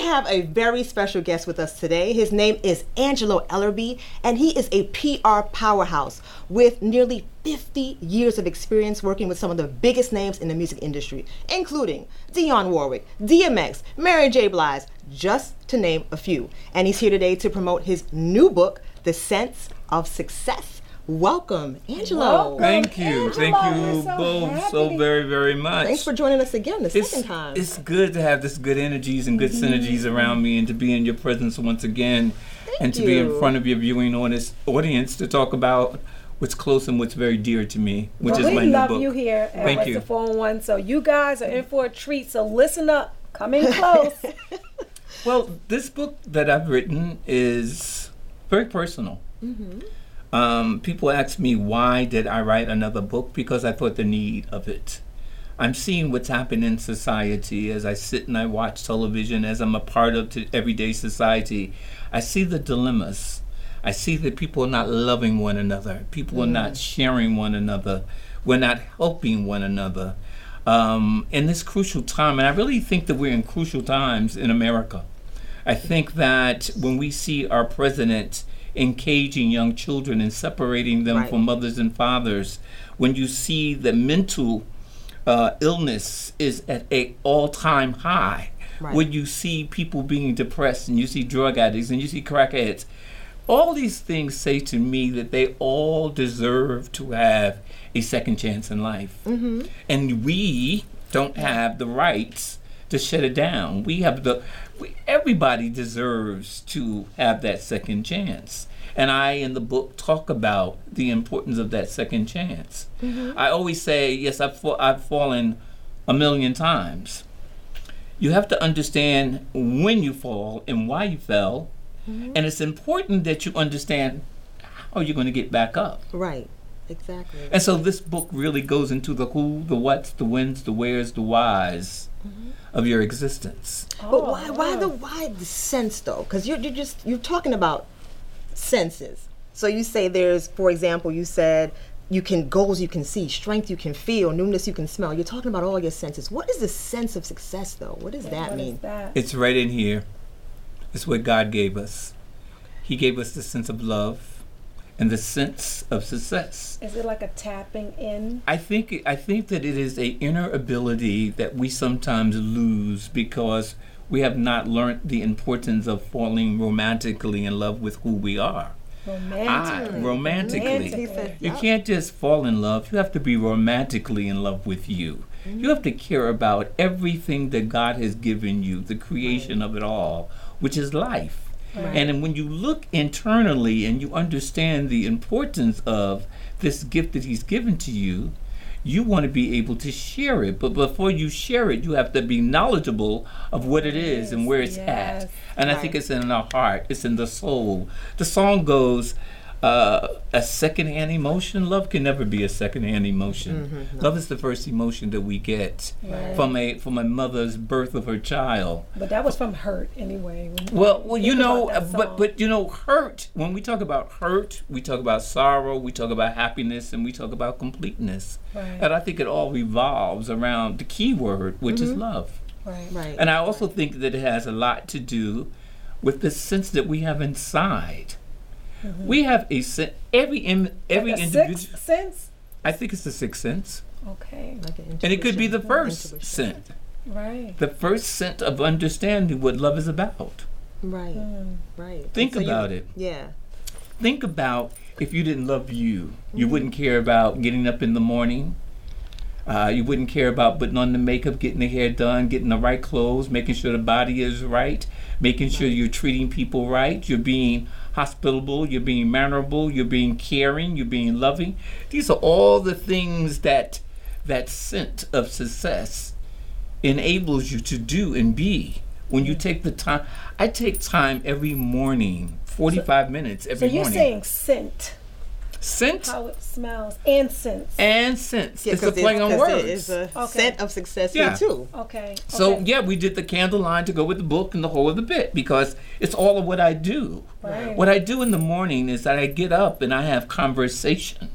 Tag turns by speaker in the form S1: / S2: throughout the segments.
S1: have a very special guest with us today. His name is Angelo Ellerby, and he is a PR powerhouse with nearly 50 years of experience working with some of the biggest names in the music industry, including Dionne Warwick, DMX, Mary J. Blige, just to name a few. And he's here today to promote his new book, The Sense of Success. Welcome, Angelo.
S2: Welcome.
S3: Thank you. Thank
S2: Angela,
S3: you
S2: we're so
S3: both
S2: happy
S3: so
S2: to-
S3: very, very much.
S1: Thanks for joining us again the
S3: it's,
S1: second time.
S3: it's good to have this good energies and good
S2: Mm-hmm.
S3: synergies around me and to be in your presence once again and to be
S1: you.
S3: in front of your viewing audience, audience to talk about what's close and what's very dear to me, which is
S2: we
S3: my new
S2: love
S3: book.
S2: you here at
S3: Thank
S2: What's
S3: you.
S2: the 401. So you guys are in for a treat. So listen up. Come in close.
S3: Well, this book that I've written is very personal.
S2: Mm-hmm.
S3: Um, people ask me why did I write another book because I thought the need of it. I'm seeing what's happening in society as I sit and I watch television, as I'm a part of t- everyday society. I see the dilemmas. I see that people are not loving one another. People are not sharing one another. We're not helping one another. Um, in this crucial time, and I really think that we're in crucial times in America. I think that when we see our president engaging young children and separating them
S1: Right.
S3: from mothers and fathers, when you see the mental uh, illness is at a all-time high,
S1: Right.
S3: when you see people being depressed and you see drug addicts and you see crackheads, all these things say to me that they all deserve to have a second chance in life, and we don't have the rights to shut it down. We have the we, everybody deserves to have that second chance. And I in the book talk about the importance of that second chance. I always say, yes, I've fa- I've fallen a million times. You have to understand when you fall and why you fell. And it's important that you understand how you're going to get back up.
S1: right, exactly.
S3: And so this book really goes into the who, the whats, the whens, the wheres, the whys of your existence.
S1: But why, why the why the sense though? Because you're, you're just you're talking about senses. So you say there's, for example, you said you can goals you can see, strength you can feel, newness you can smell. You're talking about all your senses. What is the sense of success though? What does that
S2: What is
S1: mean?
S2: that?
S3: It's right in here. It's what God gave us. He gave us the sense of love and the sense of success.
S2: Is it like a tapping in?
S3: I think I think that it is a inner ability that we sometimes lose because we have not learned the importance of falling romantically in love with who we are. I,
S2: Romantic.
S3: romantically.
S2: Romantically.
S1: He said,
S3: You
S1: "Yup."
S3: can't just fall in love. You have to be romantically in love with you. You have to care about everything that God has given you, the creation of it all, which is life. And then when you look internally and you understand the importance of this gift that He's given to you, you want to be able to share it. But before you share it, you have to be knowledgeable of what it is and where it's
S2: Yes.
S3: at. And I think it's in our heart, it's in the soul. The song goes, uh, a secondhand emotion. Love can never be a secondhand emotion.
S2: Mm-hmm,
S3: Love is the first emotion that we get from a from a mother's birth of her child.
S2: But that was from Hurt anyway.
S3: Well, well, you
S2: Think about
S3: know,
S2: that
S3: uh, but
S2: song.
S3: but you know, hurt. When we talk about hurt, we talk about sorrow, we talk about happiness, and we talk about completeness.
S2: Right.
S3: And I think it all revolves around the key word, which
S2: Mm-hmm.
S3: is love.
S2: Right.
S1: Right.
S3: And I also think that it has a lot to do with the sense that we have inside.
S1: Mm-hmm.
S3: We have a sense. Every in, every
S2: Like a
S3: individual.
S2: sixth sense?
S3: I think it's the sixth sense,
S2: Okay.
S1: Like an
S3: and it could be
S1: intuition.
S3: the first
S1: Intuition.
S3: scent,
S2: Right.
S3: the first scent of understanding what love is about.
S1: Right,
S2: Mm.
S1: right.
S3: Think
S1: So you-
S3: about it.
S1: Yeah,
S3: Think about if you didn't love you,
S1: Mm-hmm.
S3: you wouldn't care about getting up in the morning. Uh, you wouldn't care about putting on the makeup, getting the hair done, getting the right clothes, making sure the body is right, making sure you're treating people right, you're being hospitable, you're being mannerable, you're being caring, you're being loving. These are all the things that that scent of success enables you to do and be. When you take the time, I take time every morning, 45 minutes
S2: So
S3: every
S2: you're
S3: morning.
S2: saying scent,
S3: Scent
S2: how it smells, and sense.
S3: and sense.
S1: yeah.
S3: it's a
S1: 'cause
S3: play on
S1: 'cause
S3: words.
S1: It is a
S2: Okay.
S1: scent of success
S3: Yeah.
S1: here too.
S2: Okay.
S3: so
S2: okay.
S3: yeah, we did the candle line to go with the book and the whole of the bit because it's all of what I do.
S2: Right.
S3: What I do in the morning is that I get up and I have conversation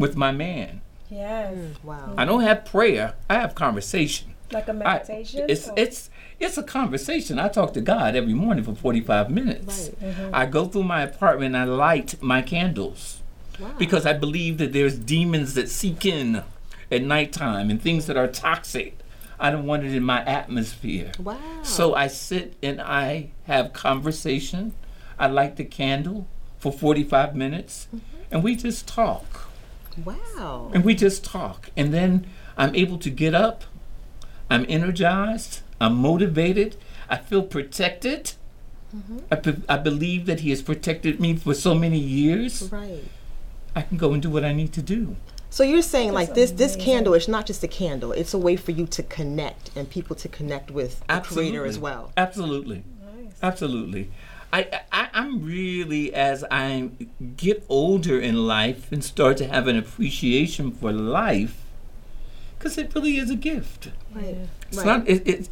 S3: with my man.
S2: Yes.
S1: Wow.
S3: I don't have prayer. I have conversation.
S2: Like a
S3: I-
S2: meditation?
S3: it's
S2: or-
S3: it's it's a conversation. I talk to God every morning for forty five minutes. I go through my apartment and I light my candles because I believe that there's demons that seek in at nighttime and things that are toxic. I don't want it in my atmosphere.
S1: Wow.
S3: So I sit and I have conversation. I light the candle for forty five minutes, and we just talk
S1: Wow.
S3: and we just talk and then i'm able to get up i'm energized i'm motivated i feel protected I, be- I believe that he has protected me for so many years
S1: Right.
S3: i can go and do what i need to do
S1: So you're saying like this this candle is not just a candle, it's a way for you to connect and people to connect with the creator as well.
S3: absolutely absolutely I, I i'm really as i get older in life and start to have an appreciation for life because it really is a gift
S1: Right.
S3: It's
S1: Right.
S3: not it, it,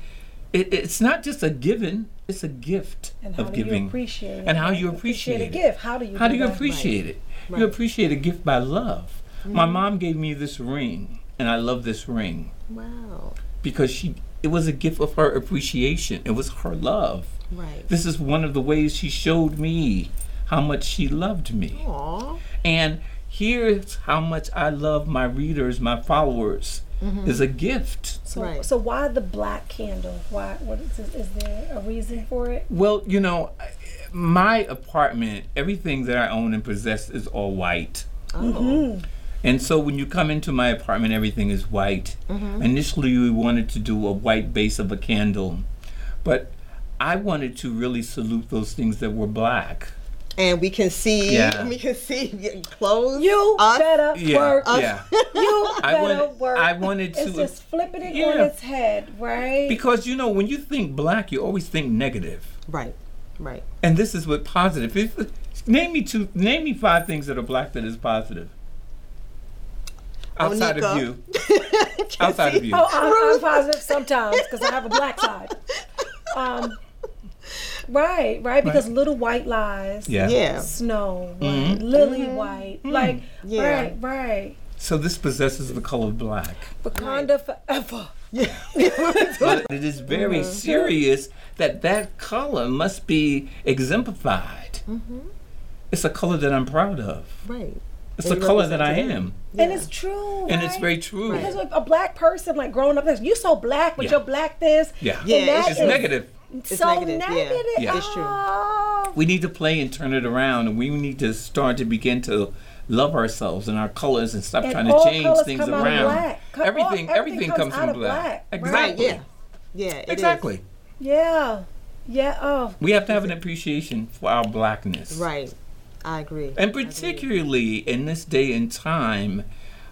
S3: it it's not just a given, it's a gift
S2: and how
S3: of
S2: do
S3: giving.
S2: you appreciate it?
S3: and how you appreciate,
S2: a
S3: it.
S2: gift. How do you
S3: How do you
S2: that?
S3: appreciate it? You
S1: Right.
S3: appreciate a gift by love. My
S2: Mm-hmm.
S3: mom gave me this ring and I love this ring
S1: Wow.
S3: because she it was a gift of her appreciation. It was her love.
S1: Right.
S3: This is one of the ways she showed me how much she loved me.
S1: Aw.
S3: And here's how much I love my readers, my followers.
S1: Mm-hmm.
S3: Is a gift.
S2: So,
S1: Right.
S2: so why the black candle? Why? What is, is there a reason for it?
S3: Well, you know, I- my apartment, everything that I own and possess is all white.
S1: Oh.
S3: And so when you come into my apartment, everything is white.
S1: Mm-hmm.
S3: Initially, we wanted to do a white base of a candle, but I wanted to really salute those things that were black.
S1: And we can see
S3: Yeah.
S1: we can see your clothes.
S2: You
S1: us.
S2: better work.
S3: yeah.
S2: You
S3: I
S2: better
S3: wanted-
S2: work.
S3: I wanted
S2: It's
S3: to-
S2: just flipping it on
S3: Yeah.
S2: its head, right?
S3: because you know, when you think black, you always think negative,
S1: Right. Right.
S3: and this is what positive. If, name me two. Name me five things that are black that is positive.
S1: Oh,
S3: Outside
S1: Onika.
S3: of you. Outside of you.
S2: Oh, I'm, I'm positive sometimes because I have a black side. Um, right, right. Because little white lies,
S3: Yeah. Mm-hmm.
S1: Yeah.
S2: snow white, lily white, like
S1: Yeah.
S2: right, right.
S3: So this possesses the color black.
S2: Wakanda forever.
S3: But it is very serious that that color must be exemplified. It's a color that I'm proud of.
S1: Right.
S3: It's
S1: They
S3: a color that I
S1: represent it.
S3: am.
S2: And it's true.
S3: And it's
S2: right?
S3: very true.
S2: Because like a black person, like growing up, like, you so black with
S3: Yeah.
S2: your black this.
S3: Yeah.
S1: Yeah,
S2: and that
S3: It's
S1: is-
S3: negative.
S1: It's
S2: so
S1: negative,
S2: negative.
S1: yeah.
S3: Yeah.
S1: It's true.
S2: Oh,
S3: We need to play and turn it around, and we need to start to begin to love ourselves and our colors and stop
S2: And
S3: trying to
S2: all
S3: change
S2: colors
S3: things
S2: come out of
S3: around.
S2: black. Co- all-
S3: everything,
S2: everything
S3: everything
S2: comes
S3: comes,
S2: out
S3: from
S2: of black,
S3: black.
S2: right?
S1: Right,
S3: Exactly.
S1: yeah. Yeah. it is.
S3: Exactly.
S2: yeah. Yeah. Oh,
S3: We have to have an appreciation for our blackness.
S1: Right. I agree.
S3: And particularly in this day and time,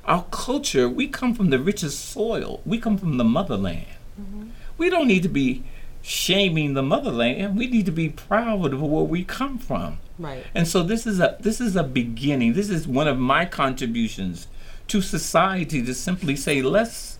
S3: our culture, we come from the richest soil. We come from the motherland.
S1: Mm-hmm.
S3: We don't need to be shaming the motherland. We need to be proud of where we come from.
S1: Right.
S3: And so this is a this is a beginning. This is one of my contributions to society to simply say let's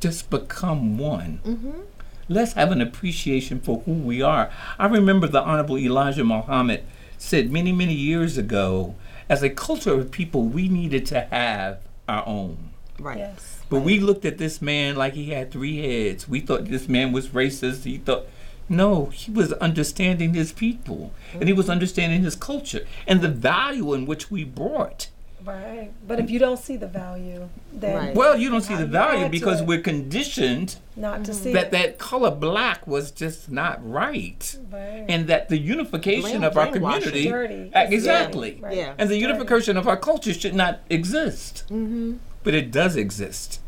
S3: just become one. Let's have an appreciation for who we are. I remember the Honorable Elijah Muhammad said many many years ago, as a culture of people, we needed to have our own.
S1: Right.
S2: yes.
S3: But we looked at this man like he had three heads. We thought this man was racist. He thought, no, he was understanding his people and he was understanding his culture and the value in which we brought.
S2: Right. But if you don't see the value, then
S1: Right.
S3: Well, you don't see the
S2: Yeah,
S3: value
S2: that's
S3: because
S2: it.
S3: we're conditioned
S2: not to see
S3: that
S2: it.
S3: that color black was just not right.
S2: Right.
S3: And that the unification
S1: Blame-
S3: of our
S1: brainwashing.
S3: community,
S2: Dirty.
S3: Uh,
S2: It's
S3: exactly,
S2: dirty, right.
S1: Yeah.
S3: and the unification of our culture should not exist.
S1: Mm-hmm.
S3: But it does exist,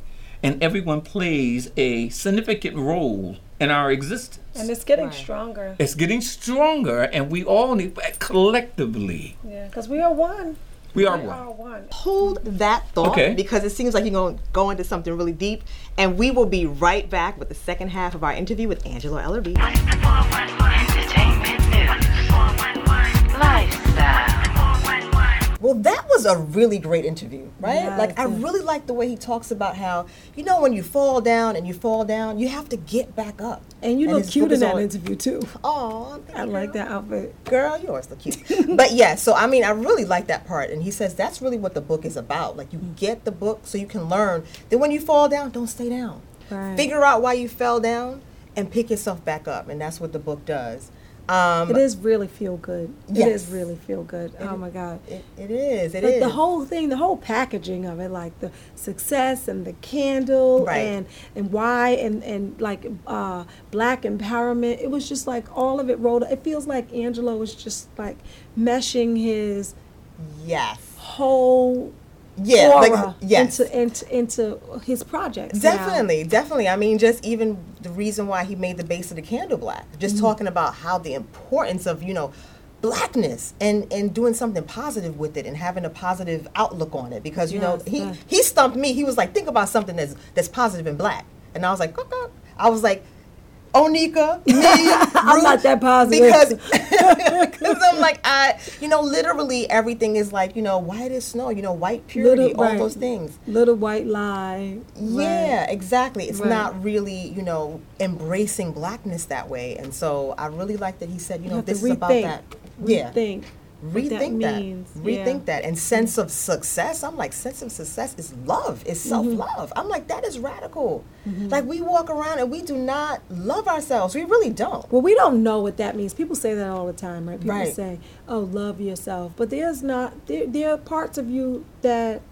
S3: and everyone plays a significant role in our existence.
S2: and it's getting
S1: Right.
S2: stronger.
S3: it's getting stronger, and we all need collectively.
S2: Yeah. Because we are one.
S3: We are
S2: We
S3: one.
S2: are one.
S1: Hold that thought
S3: Okay.
S1: because it seems like you're going to go into something really deep. And we will be right back with the second half of our interview with Angela Ellerby.
S4: 411 Entertainment News. 411 Lifestyle. 411.
S1: Well, that was a really great interview, right?
S2: Yes,
S1: like, I
S2: yes.
S1: really like the way he talks about how, you know, when you fall down and you fall down, you have to get back up.
S2: And you look
S1: his
S2: cute
S1: book
S2: in
S1: is
S2: that
S1: all-
S2: interview too.
S1: Aw, thank
S2: I
S1: you,
S2: like
S1: girl.
S2: that outfit.
S1: Girl, you always look cute. but yeah, so I mean, I really like that part. And he says that's really what the book is about. Like, you get the book so you can learn. Then when you fall down, don't stay down. Right. Figure out why you fell down and pick yourself back up, and that's what the book does. Um,
S2: It is really feel good. It is
S1: Yes.
S2: really feel good. oh my God.
S1: it, it is. It is.
S2: like the whole thing, the whole packaging of it, like the success and the candle
S1: Right.
S2: and and why and and like uh, black empowerment. It was just like all of it rolled. It feels like Angelo was just like meshing his
S1: yes.
S2: whole
S1: Yeah,
S2: aura
S1: like, yes.
S2: into, into into his projects. now.
S1: Definitely, definitely. I mean, just even the reason why he made the base of the candle black. Just
S2: Mm-hmm.
S1: talking about how the importance of you know blackness and and doing something positive with it and having a positive outlook on it because you
S2: Yes,
S1: know he
S2: yeah.
S1: he stumped me. He was like, think about something that's that's positive and black, and I was like, "Cuck, cuck." I was like. Onika, me,
S2: I'm not that positive.
S1: because because I'm like I, you know, literally everything is like you know white as snow, you know white purity,
S2: Little-
S1: all
S2: right.
S1: those things.
S2: Little white lie.
S1: Yeah, exactly. It's
S2: Right.
S1: not really, you know, embracing blackness that way. And so I really like that he said, you know,
S2: have to
S1: this is about
S2: rethink.
S1: that.
S2: Yeah.
S1: Yeah.
S2: Think.
S1: Rethink that.
S2: means.
S1: Rethink
S2: Yeah.
S1: that. And sense of success. I'm like, sense of success is love, is self
S2: Mm-hmm.
S1: love. I'm like, that is radical. Like, we walk around and we do not love ourselves. We really don't.
S2: Well, we don't know what that means. People say that all the time, right? People
S1: Right.
S2: say, "Oh, love yourself," but there's not there. There are parts of you that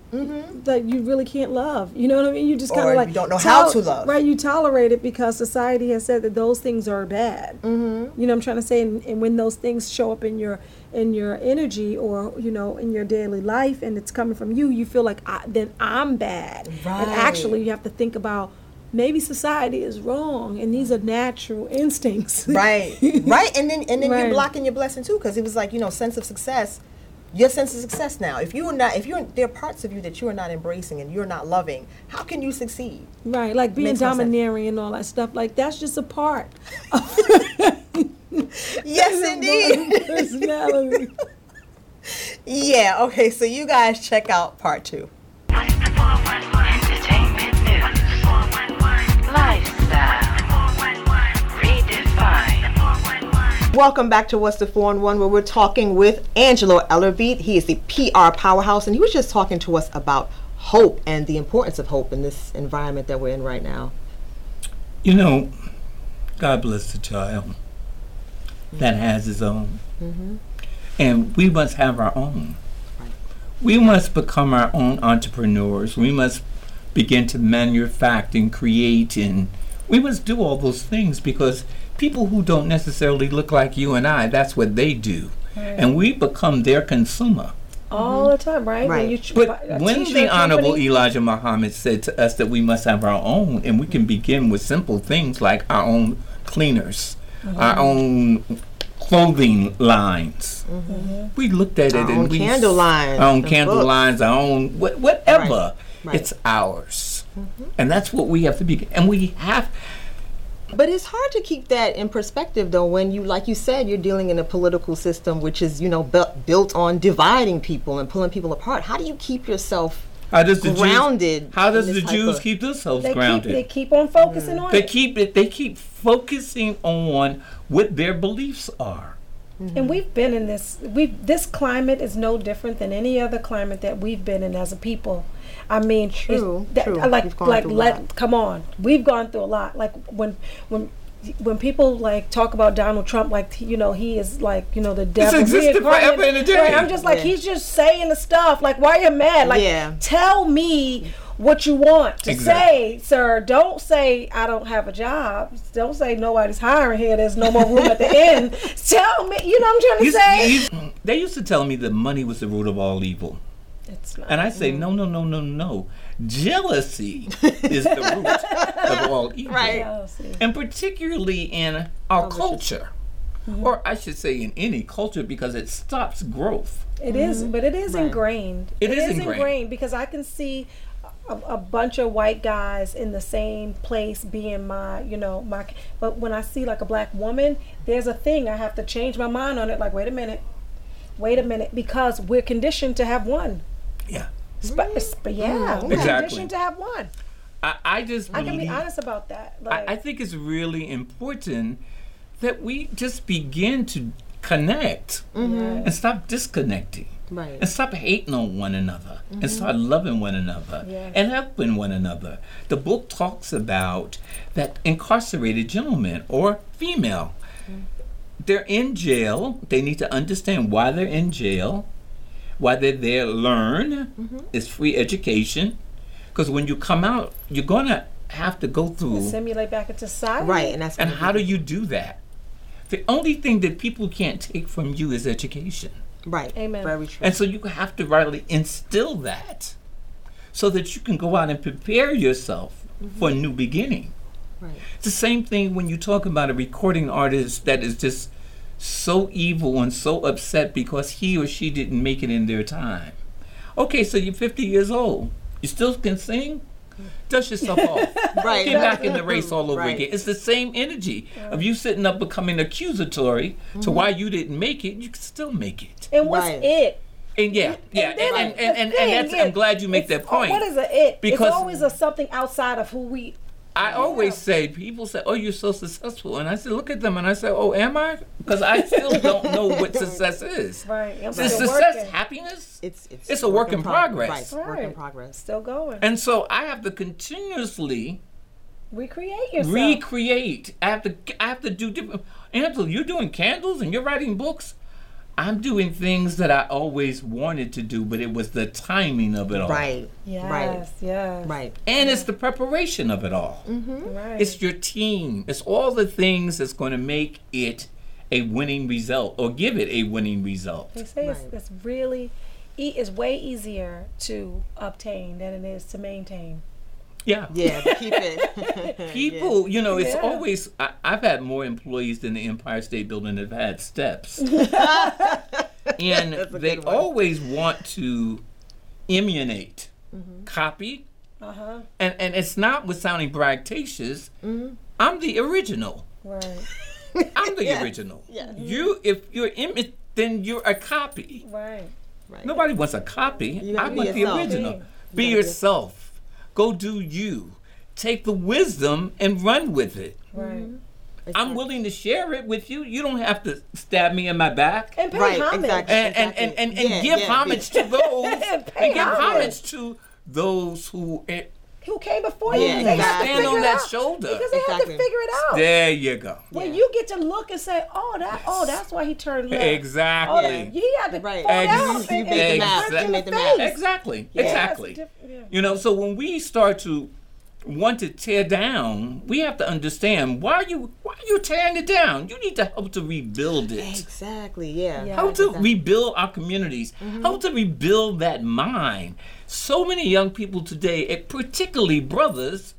S2: that you really can't love. You know what I mean? You just kind
S1: Mm-hmm. Or
S2: of like
S1: you don't know how
S2: tol-
S1: to love.
S2: Right? You tolerate it because society has said that those things are bad. Mm-hmm. You know what I'm trying to say? And, and when those things show up in your in your energy or you know in your daily life, and it's coming from you, you feel like I, then I'm bad.
S1: Right.
S2: And actually, you have to think about. Maybe society is wrong, and these are natural instincts.
S1: right right and then and then
S2: Right.
S1: you're blocking your blessing too because it was like you know sense of success your sense of success now if you are not if you're there are parts of you that you are not embracing and you're not loving how can you succeed
S2: Right, like being
S1: Makes no sense.
S2: domineering and all that stuff. Like that's just a part.
S1: yes indeed
S2: Personality.
S1: yeah okay so you guys check out part two
S4: What's the 411 entertainment news? 411 lifestyle. 411 redefine. The 411.
S1: Welcome back to What's the 4 and 1, where we're talking with Angelo Ellerbeat. He is the PR powerhouse, and he was just talking to us about hope and the importance of hope in this environment that we're in right now.
S3: You know, God bless the child that has his own. And we must have our own. We must become our own entrepreneurs. We must begin to manufacture and create and we must do all those things because people who don't necessarily look like you and I, that's what they do. And we become their consumer.
S2: all the time, right? When
S1: Right.
S2: you ch- buy a
S3: But when
S2: t-shirt
S3: the Honorable E
S2: company-
S3: Elijah Muhammad said to us that we must have our own, and we can begin with simple things like our own cleaners,
S2: Mm-hmm.
S3: our own clothing lines,
S2: Mm-hmm.
S3: we looked at
S1: Our
S3: it and
S1: own
S3: we
S1: candle
S3: s-
S1: lines
S3: our own
S1: and
S3: candle
S1: books.
S3: lines, our own wha-
S1: Right.
S3: whatever.
S1: Mm-hmm.
S3: It's ours, and that's what we have to be. And we have
S1: But it's hard to keep that in perspective, though, when you, like you said, you're dealing in a political system which is, you know, bu- built on dividing people and pulling people apart. How do you keep yourself?
S3: how does the
S1: Grounded
S3: Jews, how
S1: in
S3: does
S1: this
S3: the
S1: type
S3: Jews
S1: of-
S3: keep themselves
S2: they keep,
S3: grounded?
S2: they keep on focusing on
S3: they
S2: it.
S3: keep it. They keep focusing on what their beliefs are.
S2: And we've been in this. We this climate is no different than any other climate that we've been in as a people. I mean, it's-
S1: True,
S2: that-
S1: true.
S2: Like,
S1: We've gone
S2: like,
S1: through a
S2: let
S1: lot.
S2: come on. We've gone through a lot. Like when, when, when people like talk about Donald Trump, like you know, he is like you know the devil.
S3: existed
S2: reincarnated.
S3: forever and a day.
S2: Right, I'm just like
S1: Yeah.
S2: he's just saying the stuff. Like why are you mad? Like
S1: Yeah.
S2: tell me what you want to say,
S3: Exactly.
S2: sir. Don't say I don't have a job. Don't say nobody's hiring here. There's no more room at the end. Tell me, you know what I'm trying to
S3: You-
S2: say?
S3: you- they used to tell me that money was the root of all evil.
S2: it's not.
S3: And I say, no, no, no, no, no. Jealousy is the root of all evil.
S1: Right.
S2: Oh, see.
S3: And particularly in our culture,
S2: Mm-hmm.
S3: or I should say in any culture, because it stops growth.
S2: It is, but it is ingrained.
S3: Mm-hmm. It is ingrained.
S2: because I can see a, a bunch of white guys in the same place being my, you know, my. But when I see like a black woman, there's a thing I have to change my mind on it. Like, wait a minute, wait a minute, because we're conditioned to have one.
S3: Yeah.
S2: But, but yeah,
S1: Mm-hmm.
S2: we're
S3: Exactly. Mm-hmm.
S2: conditioned to have one.
S3: I, I just
S2: I can be
S3: believe-
S2: honest about that. Like,
S3: I, I think it's really important that we just begin to connect
S2: Right.
S3: and stop disconnecting.
S1: Right.
S3: And stop hating on one another and start loving one another
S2: Yes.
S3: and helping one another. The book talks about that incarcerated gentleman or female. They're in jail. They need to understand why they're in jail, why they're there, learn. It's free education. Because when you come out, you're going to have to go through.
S2: Simulate back into society.
S1: Right, and that's
S3: And
S1: gonna
S3: how do you do that? The only thing that people can't take from you is education.
S1: be- right.
S2: Amen.
S1: Very true.
S3: And so you have to rightly instill that so that you can go out and prepare yourself for a new beginning.
S1: Mm-hmm. right.
S3: It's the same thing when you talk about a recording artist that is just so evil and so upset because he or she didn't make it in their time. Okay, so you're 50 years old. You still can sing? Dust yourself off.
S1: Right.
S3: Get back in the race all over
S1: Right.
S3: again. It's the same energy of you sitting up becoming accusatory
S1: Mm-hmm.
S3: to why you didn't make it. You can still make it.
S2: And what's
S1: Right.
S2: it?
S3: And yeah, yeah, and
S2: then
S3: and,
S2: the
S3: and, and,
S2: thing
S3: that's,
S2: is,
S3: I'm glad you make
S2: it's-
S3: that point.
S2: What is a it?
S3: Because-
S2: it's always a something outside of who we.
S3: I always say people say, "Oh, you're so successful," and I say, "Look at them," and I say, "Oh, am I?" Because I still don't know what success is.
S2: Right. I'm
S3: Is
S2: still
S3: success
S2: working.
S3: happiness?
S1: It's it's
S3: It's a work in
S1: prog-
S3: progress.
S1: Right. it's a Work in
S2: Right.
S1: progress.
S2: Still going.
S3: and so I have to continuously
S2: Recreate yourself.
S3: recreate. I have to. I have to do different. Angela, you're doing candles and you're writing books. I'm doing things that I always wanted to do, but it was the timing of it all.
S1: Right.
S2: yes.
S1: Right.
S2: Yes.
S1: Right.
S3: And it's the preparation of it all.
S2: Mm-hmm. Right.
S3: It's your team. It's all the things that's going to make it a winning result or give it a winning result.
S2: They say
S1: Right.
S2: it's, it's really, e- it's way easier to obtain than it is to maintain.
S3: Yeah.
S1: Yeah. Keep it.
S3: People, you know, it's
S2: Yeah.
S3: always, I, I've had more employees than the Empire State Building have had steps. and they
S1: good one.
S3: always want to emulate, copy.
S2: Uh huh.
S3: And, and it's not with sounding braggadocious. I'm the original.
S2: Right.
S3: I'm the original.
S1: Yes.
S3: You, if you're image, then you're a copy.
S2: Right.
S1: Right.
S3: Nobody wants a copy. I
S1: gotta be
S3: want the
S1: yourself.
S3: original.
S2: Yeah.
S3: Be yourself. Go do you. Take the wisdom and run with it.
S2: Right.
S1: Mm-hmm.
S3: I'm willing to share it with you. You don't have to stab me in my back.
S2: And pay
S1: Right,
S2: homage.
S1: exactly.
S3: And and, and, and, and
S1: Yeah,
S3: give
S1: yeah,
S3: homage to those and
S2: Pay
S3: give homage
S2: homage.
S3: to those who eh,
S2: Who came before
S1: Yeah,
S2: you? They have to
S1: exactly.
S3: stand
S2: figure
S3: on
S2: it
S3: that
S2: out.
S3: shoulder.
S2: Because they have
S1: Exactly.
S2: to figure it out.
S3: There you go.
S2: When
S1: Yeah.
S2: you get to look and say, "Oh, that, oh, that's why he turned left." Oh,
S3: Exactly.
S2: that, he had to
S1: Right.
S2: right. pull
S3: Ex-
S2: out and,
S3: you made the map.
S2: punch you in
S1: You made the
S2: the
S1: map.
S2: face.
S3: Exactly.
S2: That's
S3: Exactly.
S2: diff- yeah.
S3: You know, so when we start to want to tear down, we have to understand why you why are you tearing it down. You need to help to rebuild it.
S1: Exactly. Mm-hmm. Yeah.
S2: Yeah.
S3: How to rebuild our communities. How to rebuild that mind. So many young people today, and particularly brothers,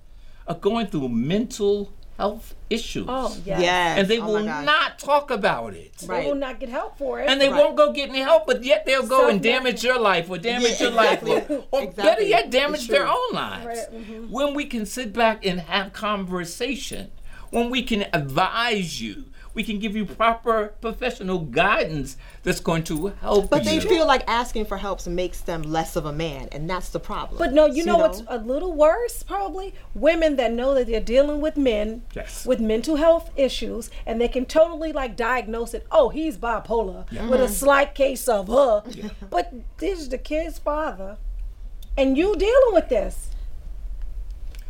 S3: are going through mental health issues.
S2: Oh, yes.
S1: Yes.
S3: And they
S1: Oh my
S3: will
S1: gosh.
S3: not talk about it.
S2: They will
S1: Right.
S2: not get help for it.
S3: And they
S1: Right.
S3: won't go get any help, but yet they'll go and
S2: Self-medicate.
S3: damage your life or damage
S1: Yeah,
S3: your life or,
S1: exactly.
S3: or better
S1: Exactly.
S3: yet,
S1: It's
S3: damage their
S1: true. mm-hmm.
S3: own lives.
S2: Right,
S3: When we can sit back and have conversation, when we can advise you, we can give you proper professional guidance that's going to help
S1: But
S3: you.
S1: they feel like asking for help makes them less of a man, and that's the problem.
S2: But no, you know what's a little worse, probably? Women that know that they're dealing with men
S3: Yes.
S2: with mental health issues and they can totally like diagnose it. Oh, he's bipolar with a slight case of her. But this is the kid's father. And you dealing with this.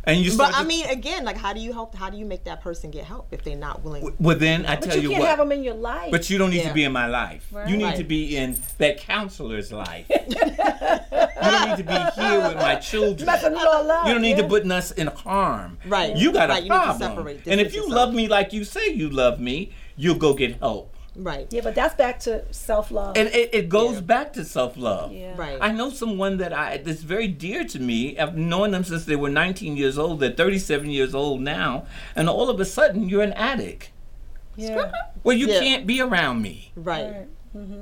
S3: and you
S1: But
S3: start
S1: I
S3: to-
S1: mean, again, like, how do you help? How do you make that person get help if they're not willing?
S3: well, then I
S2: But
S3: tell
S2: you
S3: you,
S2: can't
S3: what.
S2: have them in your life.
S3: But you don't need
S1: Yeah.
S3: to be in my life. You need
S1: Right.
S3: to be in that counselor's life. you don't need to be here with my children.
S2: Messing it all up,
S3: You don't need
S2: yeah.
S3: to put us in harm.
S1: Right.
S3: You got
S1: Right,
S3: a
S1: you need to
S3: problem.
S1: separate,
S3: and if
S1: distance
S3: you
S1: yourself.
S3: love me like you say you love me, you'll go get help.
S1: Right.
S2: Yeah, but that's back to self love.
S3: And it, it goes back to self love.
S2: Yeah.
S1: Right.
S3: I know someone that I that's very dear to me. I've known them since they were 19 years old. They're 37 years old now, and all of a sudden you're an addict.
S2: Yeah.
S3: Well, you
S1: Yeah. Mm-hmm.
S3: can't be around me.
S1: Right.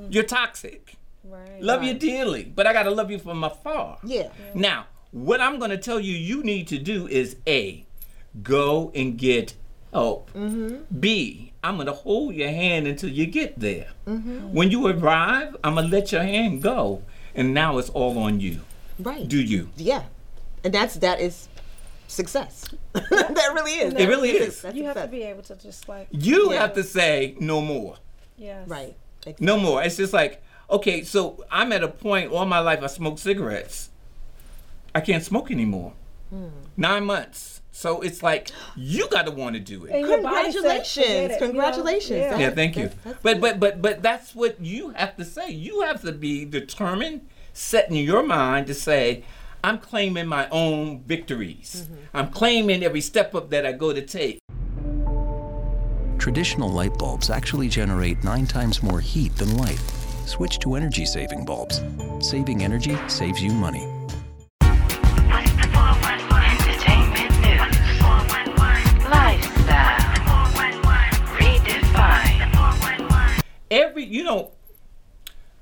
S3: You're toxic.
S2: Right.
S3: Love you dearly, but I gotta love you from afar.
S1: Yeah.
S3: Now, what I'm gonna tell you, you need to do is a, go and get help.
S1: Mm-hmm.
S3: B, I'm gonna hold your hand until you get there.
S1: Mm-hmm.
S3: When you arrive, I'm gonna let your hand go, and now it's all on you.
S1: Right.
S3: Do you?
S1: Yeah. And that's that is success. that really is.
S3: It really
S1: That's
S3: is.
S1: success.
S2: You have to
S1: That's
S2: be able to just like
S3: You
S1: Yeah.
S3: have to say no more.
S2: yes.
S1: success. Right.
S3: No more. It's just like, okay, so I'm at a point all my life I smoked cigarettes. I can't smoke anymore.
S1: Hmm.
S3: Nine months. So it's like, you got to want to do it.
S2: And your body said,
S1: Congratulations.
S2: "Forget it," you know?
S1: Congratulations.
S2: Yeah.
S3: Yeah, thank you.
S1: That's- that's
S3: But but but but that's what you have to say. You have to be determined, set in your mind to say, I'm claiming my own victories.
S1: Mm-hmm.
S3: I'm claiming every step up that I go to take.
S5: Traditional light bulbs actually generate nine times more heat than light. Switch to energy saving bulbs. Saving energy saves you money.
S4: What's the 411 entertainment news? 411 lifestyle. The 411 redefined. The 411
S3: every you know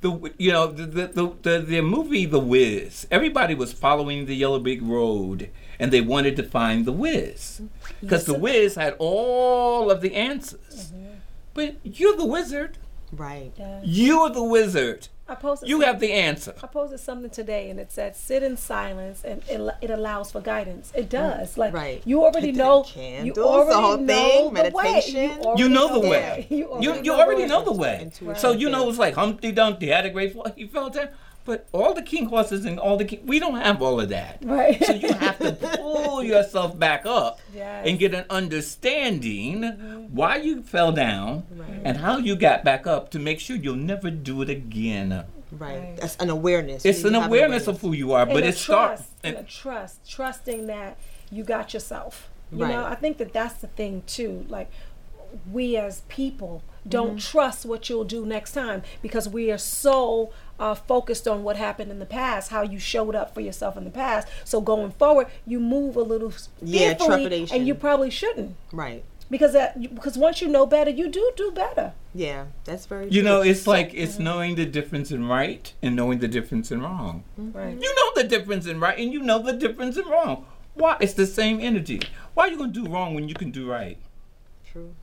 S3: the you know the the, the the the movie The Wiz. Everybody was following the yellow brick road, and they wanted to find the Wiz because the Wiz had all of the answers. But you're the wizard.
S1: Right.
S3: You're the wizard.
S2: I posted
S3: You
S2: some-
S3: have the answer.
S2: I posted something today and it said sit in silence and it, al- it allows for guidance. It does. Like
S1: Mm. Right.
S2: you already
S1: Hit the
S2: know
S1: candles,
S2: you
S1: the
S2: already
S1: whole
S2: know
S1: thing,
S2: the way.
S1: meditation.
S2: You, already
S3: You know the
S2: way.
S3: way. You you, already know the way.
S1: Intuition.
S3: So you know it's like Humpty Dumpty had a great fall. He fell down. But all the king horses and all the king, we don't have all of that.
S2: Right.
S3: So you have to pull yourself back up
S2: Yes. Mm-hmm.
S3: and get an understanding why you fell down and how you got back up to make sure you'll never do it again.
S1: Right. That's an awareness.
S3: It's
S1: You
S3: an
S1: have
S3: awareness of who you are, but
S2: and a
S3: it
S2: trust,
S3: starts.
S2: and a trust, trusting that you got yourself. You
S1: Right.
S2: know, I think that that's the thing too. Like we as people don't trust what you'll do next time because we are so uh, focused on what happened in the past, how you showed up for yourself in the past. So going forward, you move a little
S1: Yeah,
S2: fearfully,
S1: trepidation.
S2: and you probably shouldn't
S1: Right.
S2: because that you- because once you know better, you do do better.
S1: Yeah. That's very.
S3: You know,
S1: true.
S3: it's like it's
S2: Mm-hmm.
S3: knowing the difference in right and knowing the difference in wrong.
S2: Right.
S3: You know the difference in right and you know the difference in wrong. Why? It's the same energy. Why are you going to do wrong when you can do right?
S1: True.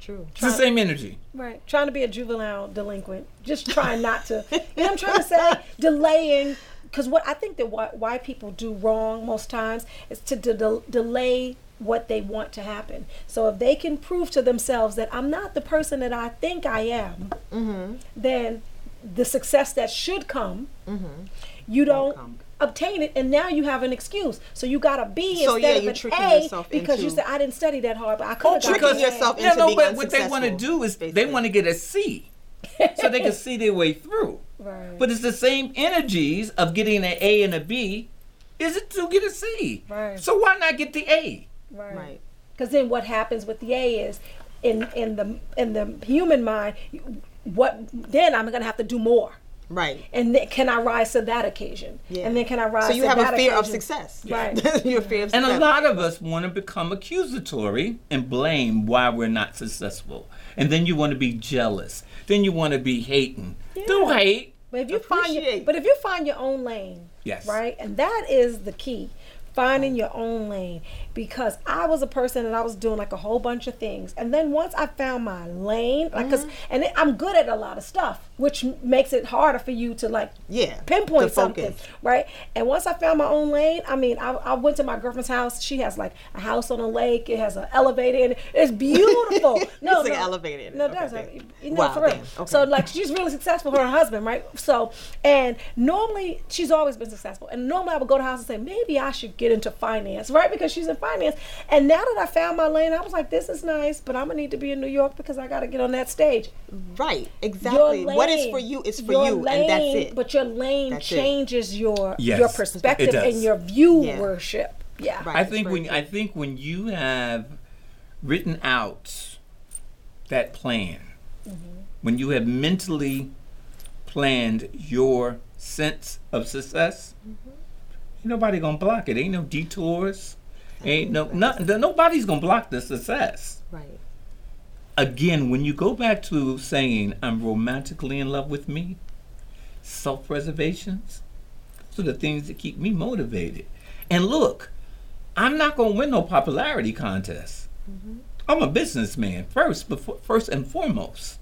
S1: True.
S3: It's the same energy.
S2: Right. Trying to be a juvenile delinquent. Just trying not to. you know what I'm trying to say? Delaying. Because what I think that why, why people do wrong most times is to de- de- delay what they want to happen. So if they can prove to themselves that I'm not the person that I think I am,
S1: Mm-hmm.
S2: then the success that should come, you don't
S1: Mm-hmm. come.
S2: obtain it, and now you have an excuse. So you got a B
S1: So, yeah,
S2: instead
S1: you're
S2: of an
S1: tricking
S2: A
S1: yourself
S2: because you
S1: into- Oh,
S2: said I didn't study that hard, but I could have
S1: tricking
S2: gotten an A."
S1: yourself
S3: Oh, Yeah,
S1: into
S3: no,
S1: being
S3: but what they want to
S1: unsuccessful,
S3: do is they
S1: basically.
S3: want to get a C, so they can see their way through.
S2: Right.
S3: But it's the same energies of getting an A and a B, is it to get a C?
S2: Right.
S3: So why not get the A?
S1: Right.
S2: Because then what happens with the A is, in in the in the human mind, you- what then I'm gonna have to do more.
S1: Right.
S2: And then can I rise to that occasion?
S1: Yeah.
S2: And then can I rise?
S1: So you
S2: to
S1: have a
S2: that
S1: fear of
S2: occasion?
S1: success.
S2: Right.
S1: Your fear of
S3: And
S1: success.
S3: a lot of us want to become accusatory and blame why we're not successful. And then you want to be jealous. Then you want to be hating. Don't hate.
S2: But if you find your,
S1: Appreciate.
S2: but if you find your own lane,
S3: Yes.
S2: right, and that is the key,
S1: Mm.
S2: finding your own lane. Because I was a person and I was doing like a whole bunch of things, and then once I found my lane, like, because
S1: Mm-hmm.
S2: and it, I'm good at a lot of stuff, which m- makes it harder for you to like
S1: Yeah,
S2: pinpoint
S1: to focus.
S2: something, right? And once I found my own lane, I mean, I, I went to my girlfriend's house. She has like a house on a lake. It has an elevator in it. It's beautiful. no,
S1: It's like
S2: no,
S1: an elevator in it.
S2: No, it
S1: Okay,
S2: doesn't.
S1: thank
S2: You know,
S1: Wow,
S2: for real.
S1: damn. Okay.
S2: So like she's really successful for her husband, right? So and normally she's always been successful. And normally I would go to her house and say, maybe I should get into finance, right? Because she's in finance. And now that I found my lane, I was like, this is nice, but I'm gonna need to be in New York because I gotta get on that stage.
S1: Right.
S2: Your
S1: Exactly. What is for
S2: lane,
S1: you is for
S2: your
S1: you, and that's
S2: lane,
S1: it.
S2: But your lane
S1: That's it.
S2: changes your
S3: Yes,
S2: your
S3: it
S2: perspective
S3: does.
S2: and your viewership. Yeah.
S1: Right.
S3: I
S1: it's
S3: think
S1: very
S3: when I think when you have written out that plan,
S1: Mm-hmm.
S3: when you have mentally planned your sense of success,
S1: Mm-hmm.
S3: ain't nobody gonna block it. Ain't no detours. Ain't no nothing. Nobody's gonna block the success.
S1: right.
S3: Again, when you go back to saying I'm romantically in love with me, self-preservations, those are the things that keep me motivated. And look, I'm not gonna win no popularity contest. I'm a businessman first, before, first and foremost.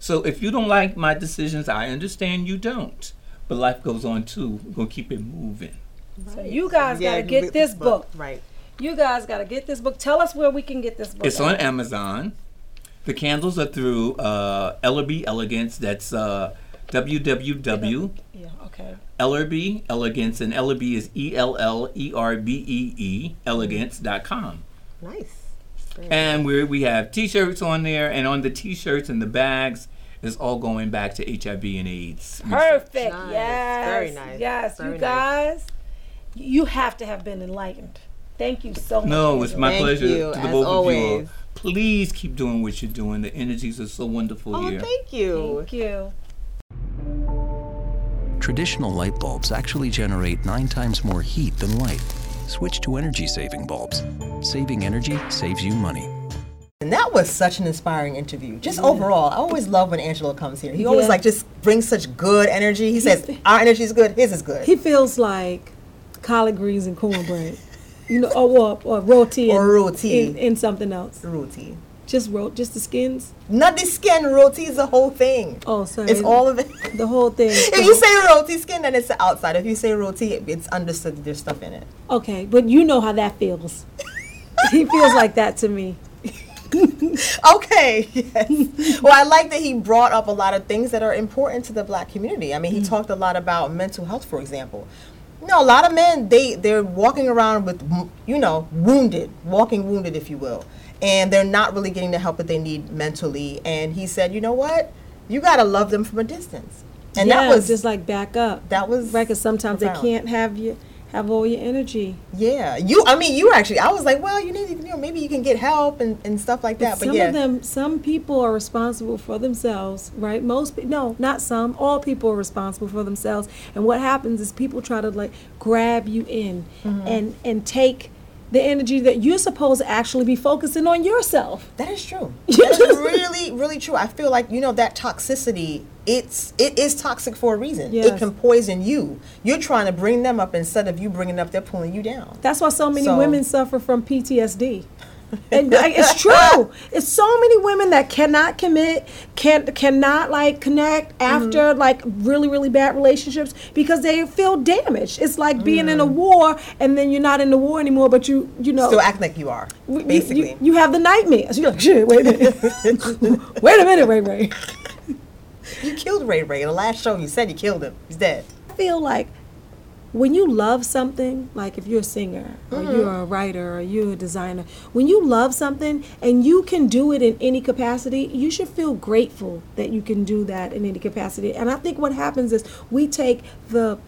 S3: So if you don't like my decisions, I understand you don't. But life goes on too. We're gonna keep it moving.
S2: So you guys
S1: Yeah,
S2: gotta get
S1: with
S2: this book.
S1: Right. uh,
S2: You guys gotta get this book. Tell us where we can get this book.
S3: It's
S2: at.
S3: on Amazon. The candles are through uh, Ellerby Elegance. That's uh, www.
S2: Yeah, okay.
S3: Ellerby Elegance, and Ellerby is E L L E R B E E elegance.com.
S1: Nice.
S3: And we we have T-shirts on there, and on the T-shirts and the bags is all going back to HIV and AIDS.
S2: Perfect.
S1: Nice.
S2: Yes.
S1: Very nice.
S2: Yes,
S1: Very
S2: you
S1: nice.
S2: guys, you have to have been enlightened. Thank you so much.
S3: No, it's my
S1: Thank
S3: pleasure
S1: you,
S3: to the
S1: as
S3: both of you. all.
S1: always.
S3: Please keep doing what you're doing. The energies are so wonderful
S1: Oh,
S3: here.
S1: thank you.
S2: Thank you.
S5: Traditional light bulbs actually generate nine times more heat than light. Switch to energy saving bulbs. Saving energy saves you money.
S1: And that was such an inspiring interview. Just overall, I always love when Angelo comes here. He always
S2: Yeah.
S1: like just brings such good energy. He says our energy is good, his is good.
S2: He feels like collard greens and cornbread. You know, or, or, or roti.
S1: Or
S2: and-
S1: roti.
S2: And, and something else.
S1: roti,
S2: Just ro- just the skins.
S1: not the skin. Roti is the whole thing.
S2: Oh, sorry.
S1: It's all of it.
S2: The whole thing.
S1: If you say roti skin, then it's the outside. If you say roti, it's understood that there's stuff in it.
S2: okay, but you know how that feels. he feels like that to me.
S1: Okay. Yes. well, I like that he brought up a lot of things that are important to the black community. I mean, he
S2: Mm-hmm.
S1: talked a lot about mental health, for example. You know, a lot of men they they're walking around with m- you know wounded, walking wounded, if you will, and they're not really getting the help that they need mentally. And he said, you know what, you gotta love them from a distance. And
S2: yeah,
S1: that was
S2: just like back up.
S1: that was
S2: Right, 'cause sometimes
S1: profound.
S2: they can't have you have all your energy.
S1: yeah. You, I mean, you actually, I was like, well, you need, you know, maybe you can get help and, and stuff like that. But,
S2: some
S1: yeah,
S2: of them, some people are responsible for themselves, right? Most, pe- no, not some. All people are responsible for themselves. And what happens is people try to like grab you in
S1: Mm-hmm.
S2: and and take the energy that you're supposed to actually be focusing on yourself.
S1: That is true. That is really, really true. I feel like you know that toxicity. It's it is toxic for a reason. It
S2: Yes.
S1: can poison you. You're trying to bring them up instead of you bringing up. They're pulling you down.
S2: That's why so many
S1: So-
S2: women suffer from PTSD. and like, it's true. It's so many women that cannot commit, can cannot like connect
S1: Mm-hmm.
S2: after like really really bad relationships because they feel damaged. It's like being in a war and then you're not in the war anymore, but you you know
S1: Mm-hmm. Still act like you are,
S2: Oh. you- you-
S1: basically.
S2: you, you have the nightmares. You're like shit. Wait a minute. wait a minute. Wait wait.
S1: You killed Ray Ray in the last show. You said you killed him. He's dead.
S2: I feel like when you love something, like if you're a singer or you're a writer or you're a designer, when you love something and you can do it in any capacity, you should feel grateful that you can do that in any capacity. And I think what happens is we take the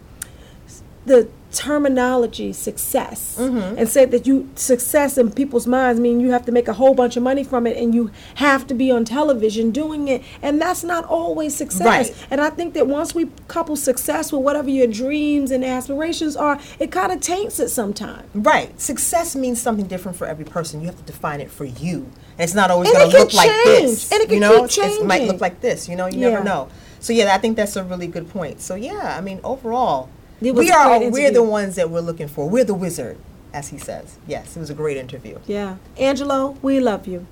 S2: the terminology success and say that you success in people's minds mean you have to make a whole bunch of money from it and you have to be on television doing it and that's not always success
S1: Right.
S2: and i think that once we couple success with whatever your dreams and aspirations are it kind of taints it sometimes
S1: Right. Success means something different for every person. You have to define it for you. And it's not always
S2: And it
S1: going to
S2: can
S1: look like this.
S2: change. And it
S1: you
S2: can
S1: know, It's-
S2: keep
S1: it might look
S2: changing.
S1: like this. You know, you
S2: Yeah.
S1: never know. So yeah, I think that's a really good point. So yeah, I mean, overall,
S2: It was
S1: we
S2: a
S1: are we're
S2: great
S1: the
S2: interview.
S1: ones that we're looking for. We're the wizard, as he says. Yes, it was a great interview.
S2: yeah angelo we love you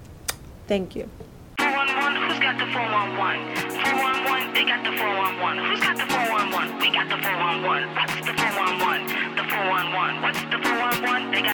S2: thank you
S4: 411, who's got the 411? 411, they got the 411. Who's got the 411? We got the 411. What's the